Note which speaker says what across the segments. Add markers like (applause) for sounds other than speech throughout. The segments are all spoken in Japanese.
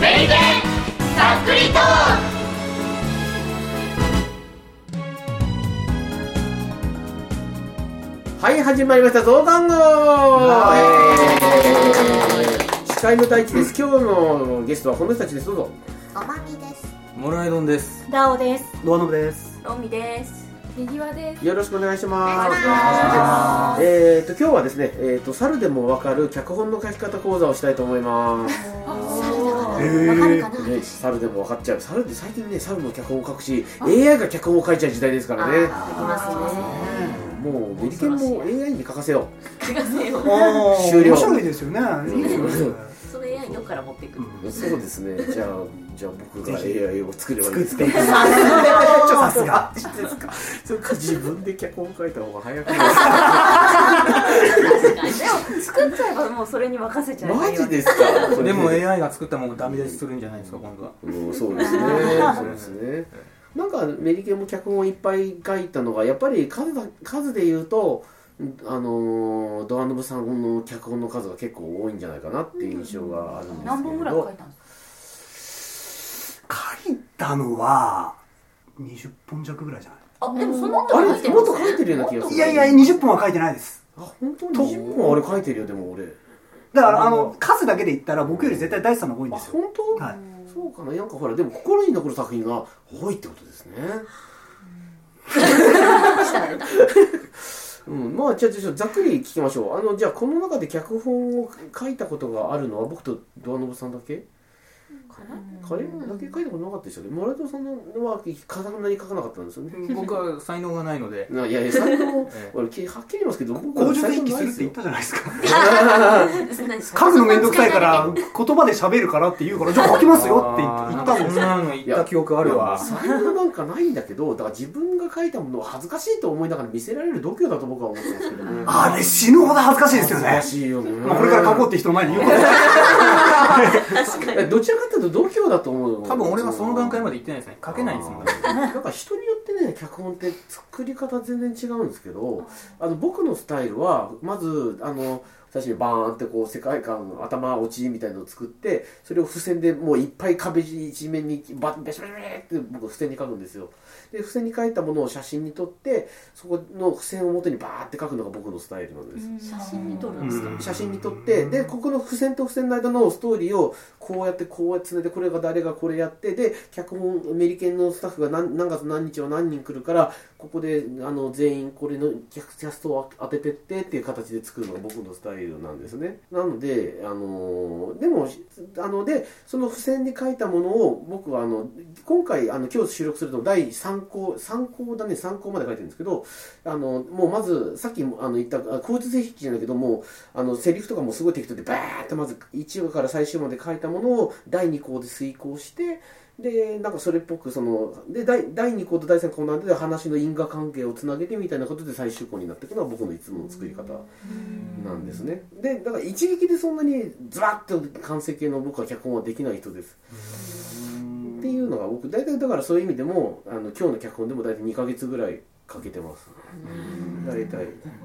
Speaker 1: メリケンさっくりトーク
Speaker 2: はい、始まりました、増刊号司会の太一です。今日のゲストはこの人たちです。どうぞ。
Speaker 3: おまきです。
Speaker 4: モライドンです。
Speaker 3: ダオです。
Speaker 4: ドアノブです。
Speaker 3: ロミです。右輪です。
Speaker 2: よろしくお願いします。
Speaker 3: は
Speaker 2: えっ、と、今日はですね、えっ、と、猿でもわかる脚本の書き方講座をしたいと思い
Speaker 3: (laughs)
Speaker 2: ます。
Speaker 3: わかるかな。
Speaker 2: ね、猿でもわかっちゃう。猿って最近ね、猿も脚本を書くし、AI が脚本を書いちゃう時代ですからね。
Speaker 3: できますね。
Speaker 2: もう、メリケンも AI に書かせよ
Speaker 4: ああ、
Speaker 2: 終了
Speaker 4: 面白いですよね。いいですよね
Speaker 5: それ AI のから持ってくる。
Speaker 2: う。そうですね。じゃあ、じゃあ僕が AI を作ればいいですか
Speaker 4: ちょさすが。
Speaker 2: そっか自分で脚本書いた方が早くない
Speaker 5: でも作っちゃえばもうそれに任せちゃえば
Speaker 2: マ
Speaker 5: いいわ
Speaker 2: ジ
Speaker 5: け
Speaker 2: ですか
Speaker 4: でも AI が作ったものダメ出しするんじゃないですか、今度は。
Speaker 2: うんそうですねそうですねなんかメリケンも脚本をいっぱい書いたのがやっぱり数だ数で言うとあのードアノブさんの脚本の数が結構多いんじゃないかなっていう印象があるんですけれど
Speaker 3: 何本ぐらい書いたんですか。
Speaker 6: 書いたのは20本弱ぐらいじゃな
Speaker 3: あ、でもその後
Speaker 2: あ
Speaker 3: 書いて
Speaker 2: れ
Speaker 3: ま
Speaker 2: もっ
Speaker 3: す
Speaker 2: と書いてるような気がする
Speaker 6: いいやいや20本は書いてないです
Speaker 2: あ本当に20本あれ書いてるよでも俺
Speaker 6: だからあの数だけで言ったら僕より絶対大地さんの方が多いん
Speaker 2: あ
Speaker 6: ですよ
Speaker 2: 本当、
Speaker 6: はい
Speaker 2: そうかななんかほらでも心に残る作品が多いってことですね。うん、まあじゃあじゃあざっくり聞きましょうあのじゃあこの中で脚本を書いたことがあるのは僕とドアノブさんだけ彼だけ書いたことなかったでしょモラトさんのはかなり書かなかったんですよね
Speaker 4: 僕は才能がないので。
Speaker 2: ないやいや才能
Speaker 4: (laughs) ええ
Speaker 2: 俺はっきり言いますけど僕
Speaker 6: 口
Speaker 2: は才
Speaker 6: 述
Speaker 2: 能
Speaker 6: 筆記
Speaker 2: な
Speaker 6: す
Speaker 2: いで
Speaker 6: るって
Speaker 2: す
Speaker 6: 言
Speaker 2: よ
Speaker 6: ったじゃないですか
Speaker 5: 何です
Speaker 6: 書
Speaker 5: か
Speaker 6: くの面倒くさいから言葉で喋るからって言うからじゃあ書きますよって言った言ったん
Speaker 4: の
Speaker 6: です
Speaker 4: そんなの言った記憶あるわ。
Speaker 2: 才能なんかないんだけどだから自分が書いたものを恥ずかしいと思いながら見せられる度胸だと僕は思ってますけどね
Speaker 6: あれ死ぬほど恥ずかしいですよ
Speaker 2: 難
Speaker 6: ね
Speaker 2: しいよね。
Speaker 6: まあこれから書こうって人の前に言うこと
Speaker 2: えどちらかというと度胸だと思うの
Speaker 4: 多分俺はその段階まで行ってないですね。書けないんですもん。
Speaker 2: なんか人によってね脚本って作り方全然違うんですけどあの僕のスタイルはまずあの最初にバーンってこう世界観頭落ちみたいのを作ってそれを付箋でもういっぱい壁一面にバベシャベシャベシャって僕付箋に書くんですよで付箋に書いたものを写真に撮ってそこの付箋を元にバーって書くのが僕のスタイルなんです、
Speaker 3: 写真に撮るんですか。
Speaker 6: うん
Speaker 2: 写真に撮ってでここの付箋と付箋の間のストーリーをこうやってこうやってつないでこれが誰がこれやってで脚本アメリケンのスタッフが何何月何日は何人来るからここであの全員これのキャキャストを当ててってっていう形で作るのが僕のスタイルなんですねなのであのーでもあのでその付箋に書いたものを僕はあの今回あの今日収録すると第3項3項だね3項まで書いてるんですけどあのもうまずさっきもあの言ったあ口述筆記じゃないけどもうあのセリフとかもすごい適当でバーッとまず1話から最終話まで書いたものを第2項で遂行してでなんかそれっぽくそので第第2項と第3項なんで話の因果関係をつなげてみたいなことで最終項になっていくのは僕のいつもの作り方なんですねでだから一撃でそんなにズバッと完成形の僕は脚本はできない人ですっていうのが僕大体だからそういう意味でもあの今日の脚本でも大体2ヶ月ぐらいかけてます大体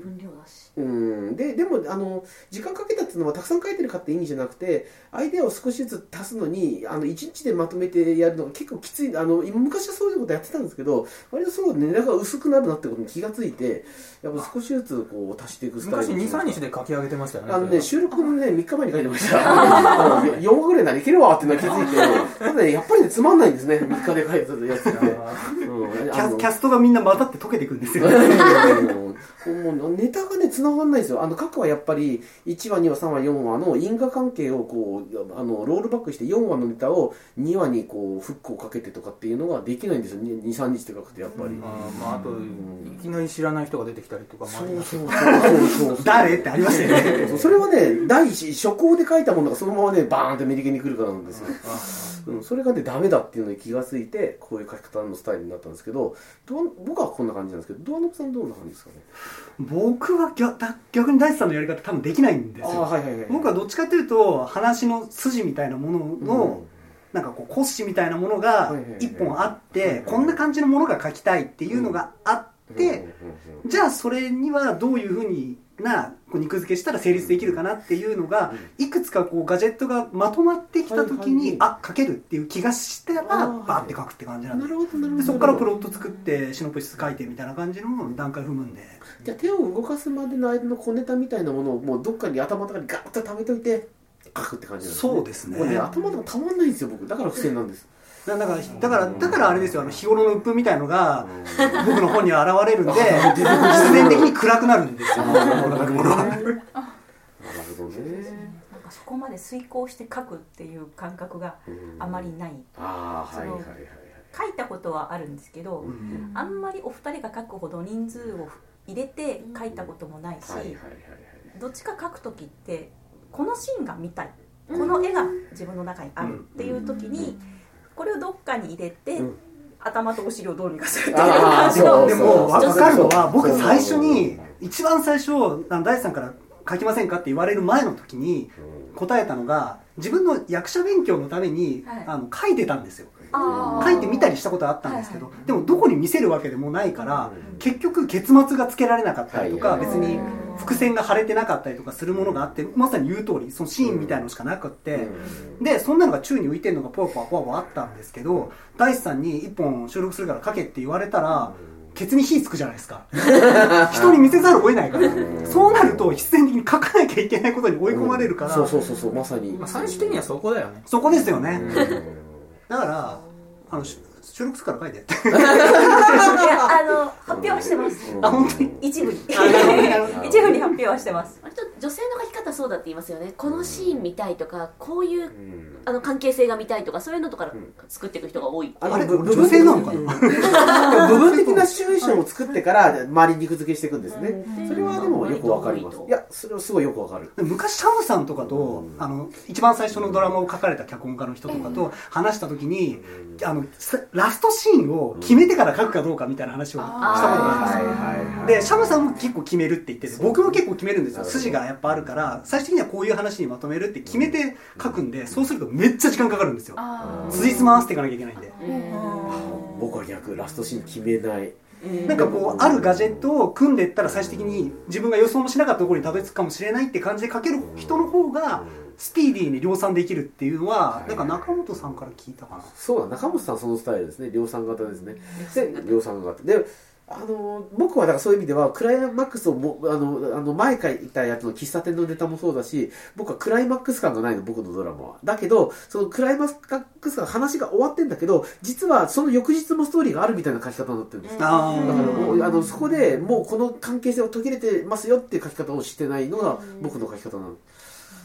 Speaker 3: 分量だし。
Speaker 2: うんででもあの時間かけたっていうのはたくさん書いてるかって意味じゃなくてアイデアを少しずつ足すのにあの1日でまとめてやるのが結構きついあの昔はそういうことやってたんですけど割とそう狙いが薄くなるなってことに気がついてやっぱ少しずつこう足していくスタイ
Speaker 4: 昔
Speaker 2: ル
Speaker 4: 2、3日で書き上げてましたよね。
Speaker 2: あのね、収録のね、3日前に書いてました。4話 (laughs) ぐらいならいけるわっていうのは気づいて、ただね、やっぱりね、つまんないんですね、3日で書いたやつって。うん
Speaker 6: キ
Speaker 2: あの
Speaker 6: ャキャストがみんな混ざって溶けていくん
Speaker 2: (laughs)
Speaker 6: ですよ
Speaker 2: うんもうネタがね繋がんないんですよあの過去はやっぱり1話2話3話4話の因果関係をこうあのロールバックして4話のネタを2話にこうフックをかけてとかっていうのができないんですよ23日とかくてやっぱり、
Speaker 4: あまあ、あと、いきなり知らない人が出てきたりとかもあります
Speaker 2: そうそうそうそう
Speaker 6: 誰ってありましたよね
Speaker 2: そうそれはね第一初稿で書いたものがそのままねバーンとメリケンに来るからなんですよ、うん、それがねダメだっていうのに気がついてこういう書き方のスタイルになったんですけどどう僕はこんな感じなんですけどドアノブさんどんな感じですかね
Speaker 6: (laughs) 僕は逆逆に大地さんのやり方多分できないんですよ
Speaker 2: はいはいはい
Speaker 6: 僕はどっちかというと話の筋みたいなものの、なんかこう骨子みたいなものが
Speaker 2: はいはいはい
Speaker 6: 一本あっ
Speaker 2: はいはい
Speaker 6: てこんな感じのものが書きたいっていうのがあっ
Speaker 2: う
Speaker 6: て
Speaker 2: んうんうん
Speaker 6: じゃあそれにはどういうふうになこう肉付けしたら成立できるかなっていうのが
Speaker 2: うん、
Speaker 6: いくつかこうガジェットがまとまってきた時
Speaker 2: はい
Speaker 6: に、
Speaker 2: は
Speaker 6: あ書けるっていう気がしたら
Speaker 2: あ
Speaker 6: バ
Speaker 2: ーはい
Speaker 6: ーって書くって感じなんで
Speaker 2: なるほどなるほど
Speaker 6: でそこからプロット作ってシノプシス書いてみたいな感じの段階踏むんで
Speaker 2: じゃあ手を動かすまでの間の小ネタみたいなものをもうどっかに頭の中にガッと溜めといて書くって感じなんですね
Speaker 6: そうですね
Speaker 2: これね頭の中溜まんないんですよ僕だから付箋なんです
Speaker 6: なだからだからだからあれですよあの日頃の鬱憤みたいのが僕の本には現れるん
Speaker 2: (laughs)
Speaker 6: で必然的に暗くなるんですよ僕の中のものは
Speaker 2: なるほどね
Speaker 5: なんかそこまで遂行して書くっていう感覚があまりない
Speaker 2: ああはいはいはいはい
Speaker 5: 書いたことはあるんですけど
Speaker 2: うん
Speaker 5: あんまりお二人が書くほど人数を入れて書いたこともないし
Speaker 2: はいはいはいはい
Speaker 5: どっちか書く時ってこのシーンが見たいこの絵が自分の中にあるっていう時にこれをどっかに入れて
Speaker 2: うん
Speaker 5: 頭とお尻をどうにかするっていう
Speaker 2: あ
Speaker 5: 感
Speaker 2: ー
Speaker 5: じの
Speaker 2: そう
Speaker 6: でもわ分かるのは僕
Speaker 2: そう
Speaker 6: 最初に一番最初あの大地さんから書きませんかって言われる前の時に答えたのが自分の役者勉強のために、
Speaker 5: はい
Speaker 6: あの書いてたんですよ
Speaker 5: あー
Speaker 6: 書いてみたりしたことはあったんですけど、
Speaker 5: はい
Speaker 6: でもどこに見せるわけでもないから、結局結末がつけられなかったりとか、
Speaker 2: はい
Speaker 6: 別に伏線が腫れてなかったりとかするものがあってまさに言う通りそのシーンみたいのしかなくって、でそんなのが宙に浮いてるのがポワポワポワポワあったんですけど大地さんに1本収録するから書けって言われたら、ケツに火つくじゃないですか (laughs) 人に見せざるを得ないからそうなると必然的に書かなきゃいけないことに追い込まれるから、
Speaker 2: そうそうそうそうまさに
Speaker 4: まあ、最終的にはそこだよね
Speaker 6: そこですよね、
Speaker 2: う
Speaker 6: だからあのし収録するか
Speaker 2: (laughs)
Speaker 6: ら書いてって
Speaker 5: いや (laughs) あの発表はしてます
Speaker 2: ん
Speaker 6: あ本当に
Speaker 5: 一部に (laughs) 一
Speaker 2: ほど
Speaker 5: 部に発表はしてます
Speaker 1: 割と女性の書き方そうだって言いますよねこのシーン見たいとかこういううんあの関係性が見たいとかそういうのとか作っていく人が多い、
Speaker 6: あれ
Speaker 2: ぶ
Speaker 6: 女性なのかな
Speaker 2: 部 (laughs) 分的なシチュエーションを作ってから周りに肉付けしていくんですね
Speaker 1: うん
Speaker 2: それはでもよくわかります
Speaker 1: うん
Speaker 2: いやそれはすごいよくわかる
Speaker 6: 昔シャムさんとかと、
Speaker 2: うん
Speaker 6: あの一番最初のドラマを書かれた脚本家の人とかと話した時に、あのさラストシーンを決めてから書くかどうかみたいな話をしたことがあります
Speaker 2: はいはいはい
Speaker 6: でシャムさんも結構決めるって言ってて僕も結構決めるんです
Speaker 2: な
Speaker 6: よ
Speaker 2: るほど
Speaker 6: 筋がやっぱあるから最終的にはこういう話にまとめるって決めて書くんでそうするとめっちゃ時間かかるんですよ
Speaker 3: あ
Speaker 2: ー
Speaker 6: 辻褄合わせていかなきゃいけないんで
Speaker 2: 僕は逆ラストシーン決めない
Speaker 6: なんかこうあるガジェットを組んでいったら最終的に自分が予想もしなかったところにたどり着くかもしれないって感じで書ける人の方がスピーディーに量産できるっていうのはなんか中本さんから聞いたかな
Speaker 2: そうだ中本さんそのスタイルですね量産型ですねで量産型であの僕はだからそういう意味ではクライマックスをもあのあの前から言ったやつの喫茶店のネタもそうだし僕はクライマックス感がないの僕のドラマはだけどそのクライマックス感話が終わってんだけど実はその翌日もストーリーがあるみたいな書き方になってるんです
Speaker 6: あ
Speaker 2: だからも
Speaker 6: ー
Speaker 2: うあのそこでもうこの関係性を途切れてますよっていう書き方をしてないのが僕の書き方なの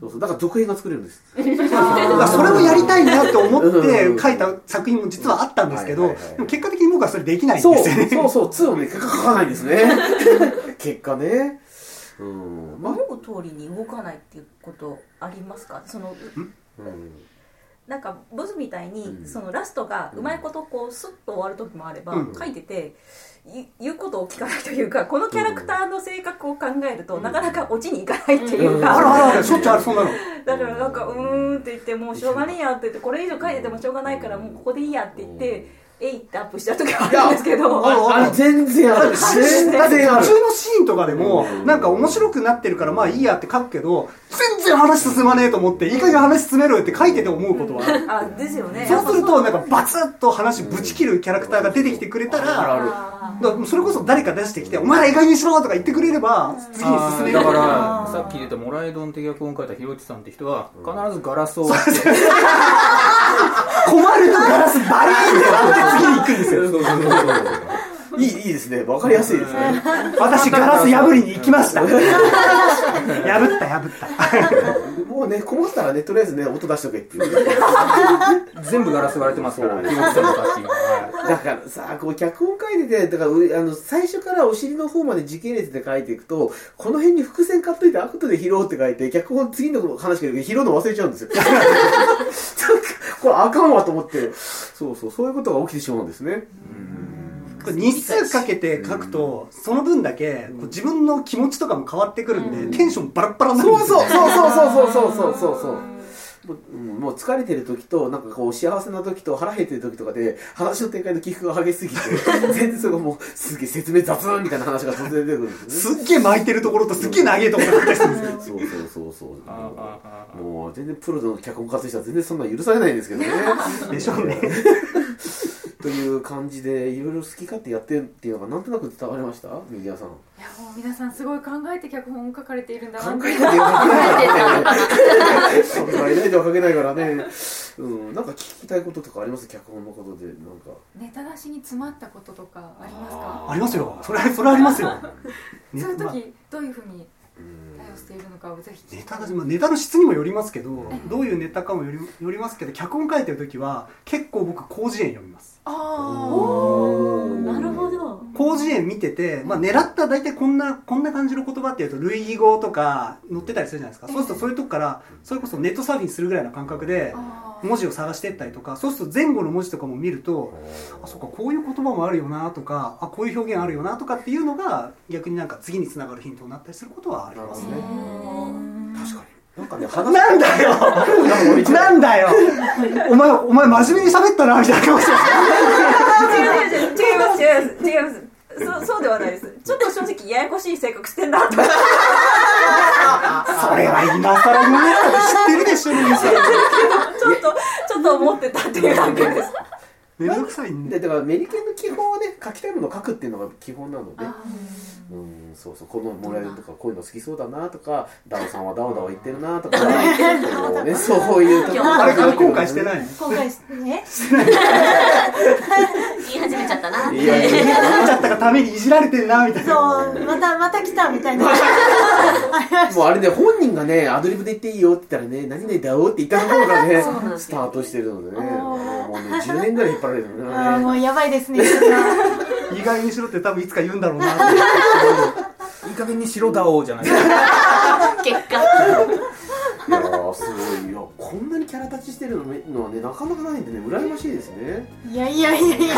Speaker 2: そうそうだから続編が作れるんです
Speaker 6: だからそれをやりたいなと思って
Speaker 2: うん
Speaker 6: 書いた作品も実はあったんですけ
Speaker 2: は
Speaker 6: ど
Speaker 2: いはいはい
Speaker 6: でも結果的に僕はそれできないん
Speaker 2: そ
Speaker 6: で
Speaker 2: う
Speaker 6: すよね
Speaker 2: そうそう2をね書かないんです (laughs) ね結果ねうんまあ
Speaker 5: 思う通りに動かないっていうことありますかその
Speaker 2: うん
Speaker 5: なんかボスみたいに
Speaker 2: うん
Speaker 5: そのラストがうまいことこうスッと終わる時もあれば
Speaker 6: うん
Speaker 5: 書いててい言うことを聞かないというかこのキャラクターの性格を考えるとなかなかオチにいかないっていう
Speaker 6: (laughs) あ
Speaker 5: か
Speaker 6: らあらしょっちゅうあるそんなの
Speaker 5: (laughs) だからなんかうーんって言ってもうしょうがねえやって言ってこれ以上書いててもしょうがないからもうここでいいやって言ってえいってアップしちゃう時もあるんですけど
Speaker 2: (laughs)
Speaker 6: や
Speaker 2: あれ全然ある全
Speaker 6: だって
Speaker 2: 然あ
Speaker 6: 途
Speaker 2: る
Speaker 6: 中のシーンとかでも
Speaker 2: うん
Speaker 6: なんか面白くなってるからまあいいやって書くけど全然話進まねえと思っていい加減話進めろよって書いてて思うことはある
Speaker 5: あですよね
Speaker 6: そうするとなんかバツッと話ぶち切るキャラクターが出てきてくれたら
Speaker 2: ある
Speaker 5: あ
Speaker 6: だからそれこそ誰か出してきて「お前ら意外にしろ!」とか言ってくれれば次に進め
Speaker 4: だ
Speaker 6: る
Speaker 4: か
Speaker 6: から
Speaker 4: らさっき出たモライドン的脚本を書いたひろちさんって人は必ずガラスを割って
Speaker 6: 困るとガラスバリーンって割って次に行くんですよ
Speaker 2: そうそうそうそういいいいですねわかりやすいですね
Speaker 6: (laughs) 私ガラス破りに行きました (laughs) 破った破った
Speaker 2: もうね困ったらねとりあえずね音出しとけっていう
Speaker 4: 全部ガラス割れてますからひろちさんとかっていうのは
Speaker 2: だからさこう脚本書いててだからうあの最初からお尻の方まで時系列で書いていくとこの辺に伏線買っといて後で拾おうって書いて脚本次の話が拾うの忘れちゃうんですよ (laughs) これあかんわと思ってそうそうそういうことが起きてしまうんですね
Speaker 6: これ日数かけて書くと、その分だけこう自分の気持ちとかも変わってくるんで、テンションバラッバラになる
Speaker 2: そ
Speaker 6: んで
Speaker 2: う
Speaker 6: すよ
Speaker 2: そうそうそうそうそうそうそうそうもううんもう疲れてる時となんかこう幸せな時と腹減ってる時とかで話の展開の起伏が激しす (laughs) ぎて全然それがもうすげえ説明雑みたいな話が突然出てくるんですよね
Speaker 6: すっげえ巻いてるところとすっげえ長いところがあったりするんですよ
Speaker 2: そうそうそうそう
Speaker 4: あーあーあー
Speaker 2: もう全然プロの脚本家としては全然そんなの許されないんですけどね
Speaker 6: でしょうね
Speaker 2: (laughs) という感じでいろいろ好き勝手やってるっていうのがなんとなく伝わりました右側さん
Speaker 7: いやもう皆さんすごい考えて脚本を書かれているんだな
Speaker 2: 考
Speaker 7: っ
Speaker 2: え
Speaker 7: て
Speaker 2: なきゃいけないからね。そんなにないとは書けないからね。うん、なんか聞きたいこととかあります脚本のことで、なんか。
Speaker 7: ネタ出しに詰まったこととかあります
Speaker 6: あ
Speaker 7: か
Speaker 6: りますよそれそれありますよ、ね
Speaker 7: そういう
Speaker 6: まあ
Speaker 7: 時どういうふうに
Speaker 2: うん
Speaker 7: 対応しているのかをぜひ
Speaker 6: ネタだしまあネタの質にもよりますけど、
Speaker 2: ん
Speaker 6: どういうネタかもよりよりますけど脚本書いてる時は結構僕広辞苑読みます
Speaker 7: あ
Speaker 2: おー
Speaker 1: なるほど
Speaker 6: 広辞苑見てて、まあ、狙った大体こんなこんな感じの言葉っていうと類義語とか載ってたりするじゃないですかそうするとそういうとこからそれこそネットサーフィンするぐらいの感覚で
Speaker 7: あー
Speaker 6: 文字を探してったりとかそうすると前後の文字とかも見るとあそっかこういう言葉もあるよなとかあこういう表現あるよなとかっていうのが逆になんか次につながるヒントになったりすることはあります
Speaker 2: なる
Speaker 6: ね確かに
Speaker 2: なんかね、話が
Speaker 6: なんだよ (laughs) なんだよお前、お前真面目に喋ったなみたいな顔して
Speaker 5: 違います違います違いますそうそうではないですちょっと正直ややこしい性格してんなと思って
Speaker 6: それは今更言わなくたって知ってるでしょ、みん
Speaker 1: (laughs)
Speaker 6: な。
Speaker 5: ちょっとちょっと思ってたっていうだけです
Speaker 6: めんどくさいん
Speaker 2: で
Speaker 6: で。
Speaker 2: だからメリケンの基本はね、書きたいものを書くっていうのが基本なので。
Speaker 7: あ
Speaker 2: うん、そうそう、このもらえるとか、こういうの好きそうだなとか、ダオさんはダオダオ言ってるな
Speaker 6: (laughs)
Speaker 2: とか、こうね、そういうところ
Speaker 6: あれから後悔してない
Speaker 3: 後悔してね
Speaker 1: 言い始めちゃったなって
Speaker 2: いやいやいや
Speaker 6: なっちゃったがためにいじられてるな、みたいな。
Speaker 3: そうまたまた来たみたいな
Speaker 2: もうあれね、本人がね、アドリブで言っていいよって言ったらね、何々だよって言ったところがね
Speaker 1: そうなん、で
Speaker 2: ス
Speaker 1: す
Speaker 2: タ
Speaker 1: よ
Speaker 2: ートしてるのでね、
Speaker 3: ー
Speaker 2: もうね、10年ぐらい引っ張られてるの
Speaker 3: (laughs) あー
Speaker 2: ね
Speaker 3: も。うやばいですね
Speaker 6: 意外にしろって多分いつか言うんだろうなって。
Speaker 4: いい加減にしろだおうじゃない
Speaker 1: 結果
Speaker 2: いやーすごいよこんなにキャラ立ちしてるのめのはねなかなかないんでね羨ましいですね
Speaker 3: いやいやいやいや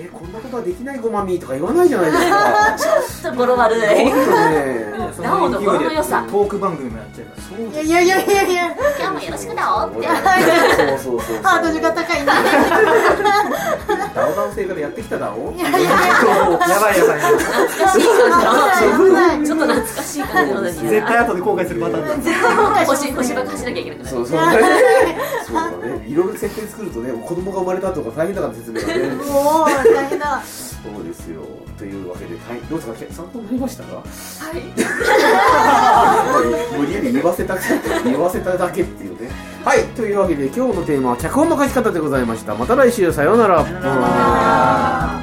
Speaker 2: えこんなことはできないごまみーとか言わないじゃないですか
Speaker 3: (laughs)
Speaker 2: ち
Speaker 1: ちょっと語呂悪い (laughs)
Speaker 2: ょっとね
Speaker 1: なおの語呂の良 (laughs) さ
Speaker 4: トーク番組もやっちゃいます
Speaker 2: そう
Speaker 3: いやいやいやいやいや
Speaker 1: 今日もよろしくだおって
Speaker 2: そうそうそうそう
Speaker 3: ハードルが高いな
Speaker 2: ダオダオ性からやってきただお
Speaker 3: いやいや
Speaker 6: やばいやばい。
Speaker 1: 懐かしい感
Speaker 3: 危ない
Speaker 1: じのちょっと懐かしい感じの何 (laughs)
Speaker 6: 絶対後で後悔するパターンだ。
Speaker 3: 絶対後悔します
Speaker 1: 星
Speaker 3: ね
Speaker 1: 星ばっかしなきゃいけなくな
Speaker 2: そう
Speaker 1: る
Speaker 3: (laughs)
Speaker 2: そうそうだねいろいろ設定作るとね子供が生まれたとか大変だから説明がね
Speaker 3: おお大変だ
Speaker 2: そうですよというわけではいどうですか参考になりましたか
Speaker 7: はい
Speaker 2: 無理やり言わせたくて言わせただけっていうねはいというわけで今日のテーマは脚本の書き方でございましたまた来週さようなら